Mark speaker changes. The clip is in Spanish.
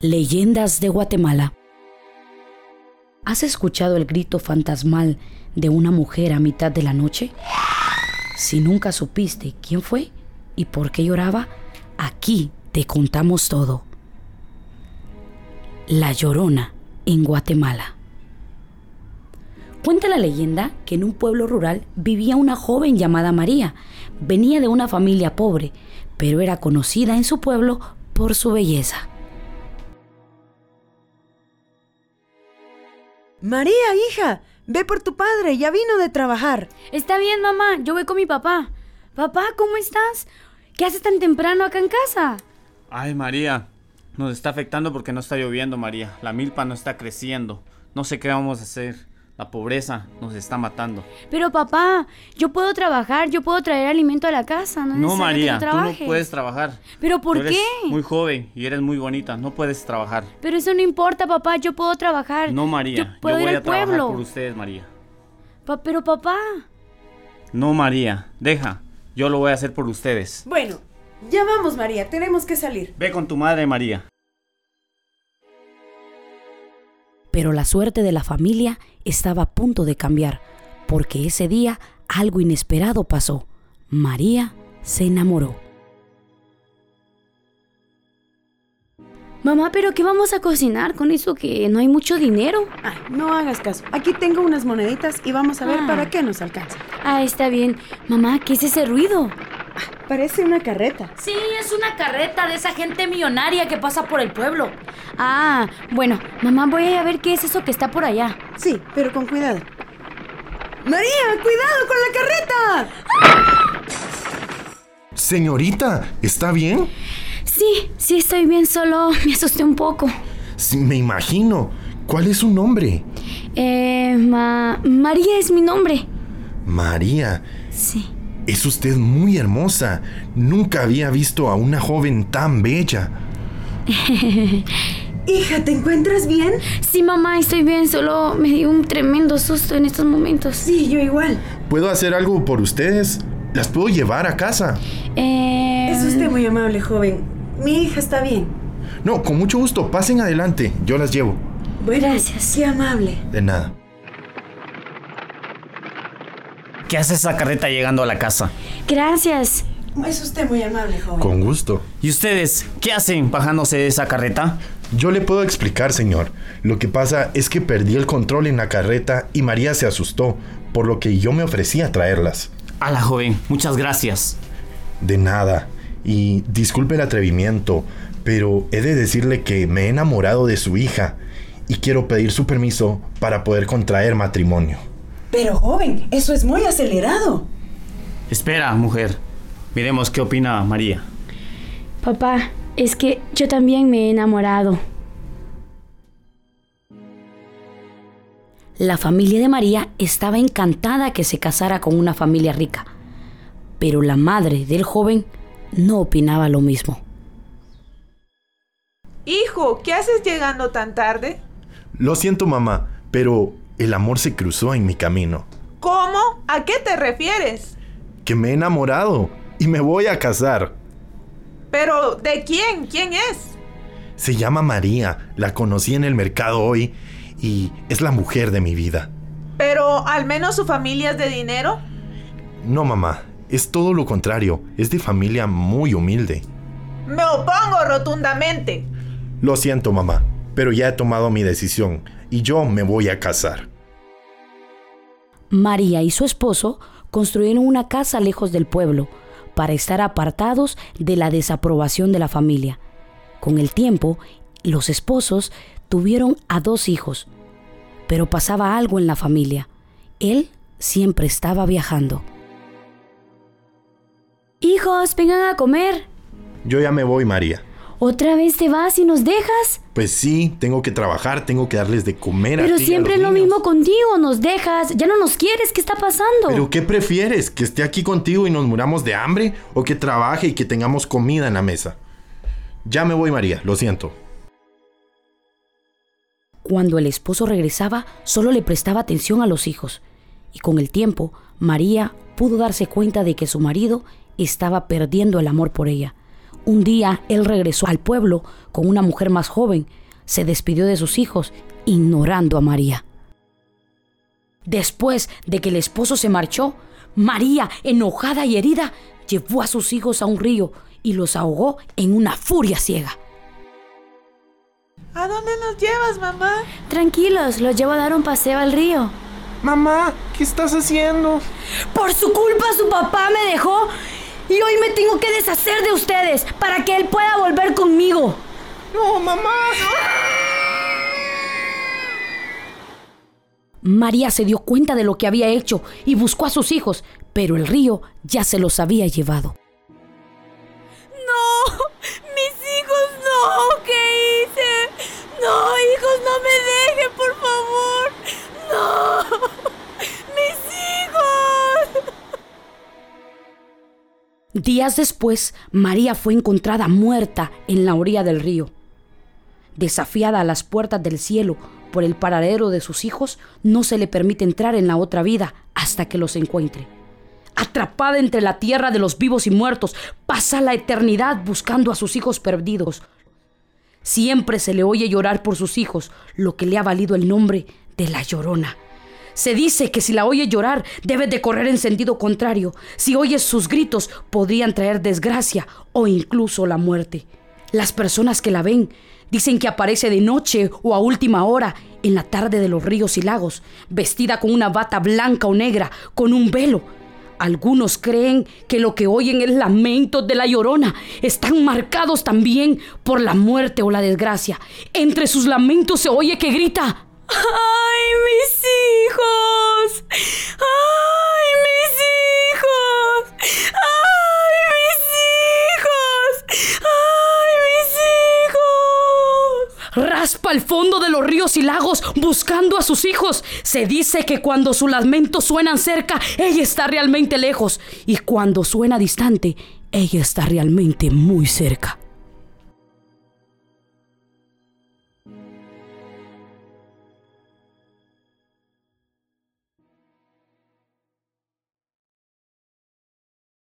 Speaker 1: Leyendas de Guatemala. ¿Has escuchado el grito fantasmal de una mujer a mitad de la noche? Si nunca supiste quién fue y por qué lloraba, aquí te contamos todo. La Llorona en Guatemala. Cuenta la leyenda que en un pueblo rural vivía una joven llamada María. Venía de una familia pobre, pero era conocida en su pueblo por su belleza.
Speaker 2: María, hija, ve por tu padre, ya vino de trabajar.
Speaker 3: Está bien, mamá, yo voy con mi papá. Papá, ¿cómo estás? ¿Qué haces tan temprano acá en casa?
Speaker 4: Ay, María, nos está afectando porque no está lloviendo, María. La milpa no está creciendo. No sé qué vamos a hacer. La pobreza nos está matando.
Speaker 3: Pero papá, yo puedo trabajar, yo puedo traer alimento a la casa, no, es
Speaker 4: No,
Speaker 3: necesario
Speaker 4: María,
Speaker 3: que
Speaker 4: tú
Speaker 3: yo
Speaker 4: no
Speaker 3: trabaje.
Speaker 4: puedes trabajar.
Speaker 3: Pero ¿por
Speaker 4: Tú eres
Speaker 3: qué?
Speaker 4: Muy joven y eres muy bonita, no puedes trabajar.
Speaker 3: Pero eso no importa, papá, yo puedo trabajar.
Speaker 4: No, María,
Speaker 3: Yo
Speaker 4: yo
Speaker 3: puedo
Speaker 4: voy
Speaker 3: ir
Speaker 4: a
Speaker 3: al
Speaker 4: trabajar
Speaker 3: pueblo.
Speaker 4: por ustedes, María.
Speaker 3: Pa- pero papá,
Speaker 4: No, María, deja. Yo lo voy a hacer por ustedes.
Speaker 2: Bueno, ya vamos, María, tenemos que salir.
Speaker 4: Ve con tu madre, María.
Speaker 1: Pero la suerte de la familia estaba a punto de cambiar, porque ese día algo inesperado pasó. María se enamoró.
Speaker 3: mamá, pero ¿qué vamos a cocinar con eso que no hay mucho dinero?
Speaker 2: Ay, Ah, no hagas caso. Aquí tengo unas moneditas y vamos a ver
Speaker 3: Ah.
Speaker 2: para qué nos alcanza.
Speaker 3: Ah, está bien. Mamá, ¿qué es ese ruido?
Speaker 2: Parece una carreta.
Speaker 1: Sí, es una carreta de esa gente millonaria que pasa por el pueblo.
Speaker 3: Ah, bueno, mamá, voy a ir a ver qué es eso que está por allá.
Speaker 2: Sí, pero con cuidado. María, cuidado con la carreta.
Speaker 5: Señorita, ¿está bien?
Speaker 3: Sí, sí estoy bien, solo me asusté un poco.
Speaker 5: Sí, me imagino. ¿Cuál es su nombre?
Speaker 3: Eh, ma- María es mi nombre.
Speaker 5: María.
Speaker 3: Sí.
Speaker 5: Es usted muy hermosa. Nunca había visto a una joven tan bella.
Speaker 2: Hija, ¿te encuentras bien?
Speaker 3: Sí, mamá, estoy bien, solo me dio un tremendo susto en estos momentos.
Speaker 2: Sí, yo igual.
Speaker 5: ¿Puedo hacer algo por ustedes? ¿Las puedo llevar a casa?
Speaker 3: Eh,
Speaker 2: Es usted muy amable, joven. Mi hija está bien.
Speaker 5: No, con mucho gusto. Pasen adelante. Yo las llevo.
Speaker 2: Bueno,
Speaker 3: Gracias.
Speaker 2: Qué amable.
Speaker 5: De nada.
Speaker 4: ¿Qué hace esa carreta llegando a la casa?
Speaker 3: Gracias.
Speaker 2: Es usted muy amable, joven.
Speaker 5: Con gusto.
Speaker 4: ¿Y ustedes qué hacen bajándose de esa carreta?
Speaker 5: Yo le puedo explicar, señor. Lo que pasa es que perdí el control en la carreta y María se asustó, por lo que yo me ofrecí a traerlas.
Speaker 4: A la joven, muchas gracias.
Speaker 5: De nada. Y disculpe el atrevimiento, pero he de decirle que me he enamorado de su hija y quiero pedir su permiso para poder contraer matrimonio.
Speaker 2: Pero, joven, eso es muy acelerado.
Speaker 4: Espera, mujer. Miremos qué opina María.
Speaker 3: Papá, es que yo también me he enamorado.
Speaker 1: La familia de María estaba encantada que se casara con una familia rica, pero la madre del joven no opinaba lo mismo.
Speaker 6: Hijo, ¿qué haces llegando tan tarde?
Speaker 5: Lo siento, mamá, pero el amor se cruzó en mi camino.
Speaker 6: ¿Cómo? ¿A qué te refieres?
Speaker 5: Que me he enamorado y me voy a casar.
Speaker 6: ¿Pero de quién? ¿Quién es?
Speaker 5: Se llama María, la conocí en el mercado hoy y es la mujer de mi vida.
Speaker 6: ¿Pero al menos su familia es de dinero?
Speaker 5: No, mamá, es todo lo contrario, es de familia muy humilde.
Speaker 6: Me opongo rotundamente.
Speaker 5: Lo siento, mamá, pero ya he tomado mi decisión y yo me voy a casar.
Speaker 1: María y su esposo construyeron una casa lejos del pueblo para estar apartados de la desaprobación de la familia. Con el tiempo, los esposos tuvieron a dos hijos, pero pasaba algo en la familia. Él siempre estaba viajando.
Speaker 3: Hijos, vengan a comer.
Speaker 5: Yo ya me voy, María.
Speaker 3: ¿Otra vez te vas y Ah, nos dejas?
Speaker 5: Pues sí, tengo que trabajar, tengo que darles de comer a
Speaker 3: Pero
Speaker 5: ti y a
Speaker 3: siempre es
Speaker 5: los
Speaker 3: lo
Speaker 5: niños.
Speaker 3: mismo contigo, nos dejas, ya no nos quieres, ¿qué está pasando?
Speaker 5: ¿Pero qué prefieres? ¿Que esté aquí contigo y nos muramos de hambre? ¿O que trabaje y que tengamos comida en la mesa? Ya me voy, María, lo siento.
Speaker 1: Cuando el esposo regresaba, solo le prestaba atención a los hijos. Y con el tiempo, María pudo darse cuenta de que su marido estaba perdiendo el amor por ella. Un día él regresó al pueblo con una mujer más joven, se despidió de sus hijos, ignorando a María. Después de que el esposo se marchó, María, enojada y herida, llevó a sus hijos a un río y los ahogó en una furia ciega.
Speaker 6: ¿A dónde nos llevas, mamá?
Speaker 3: Tranquilos, los llevo a dar un paseo al río.
Speaker 7: Mamá, ¿qué estás haciendo?
Speaker 3: Por su culpa su papá me dejó y hoy me tengo que deshacer de ustedes para que él pueda volver conmigo.
Speaker 7: No, mamá.
Speaker 1: María se dio cuenta de lo que había hecho y buscó a sus hijos, pero el río ya se los había llevado.
Speaker 3: No, mis hijos no, ¿qué hice? No, hijos, no me dejen, por favor. No, mis hijos.
Speaker 1: Días después, María fue encontrada muerta en la orilla del río. Desafiada a las puertas del cielo por el paradero de sus hijos, no se le permite entrar en la otra vida hasta que los encuentre. Atrapada entre la tierra de los vivos y muertos, pasa la eternidad buscando a sus hijos perdidos. Siempre se le oye llorar por sus hijos, lo que le ha valido el nombre de la llorona. Se dice que si la oye llorar, debe de correr en sentido contrario. Si oyes sus gritos, podrían traer desgracia o incluso la muerte. Las personas que la ven dicen que aparece de noche o a última hora en la tarde de los ríos y lagos, vestida con una bata blanca o negra, con un velo. Algunos creen que lo que oyen es lamentos de la llorona. Están marcados también por la muerte o la desgracia. Entre sus lamentos se oye que grita.
Speaker 3: ¡Ay, mis hijos! ¡Ay, mis hijos! ¡Ay, mis hijos! ¡Ay, mis hijos!
Speaker 1: raspa el fondo de los ríos y lagos buscando a sus hijos. Se dice que cuando sus lamentos suenan cerca, ella está realmente lejos. Y cuando suena distante, ella está realmente muy cerca.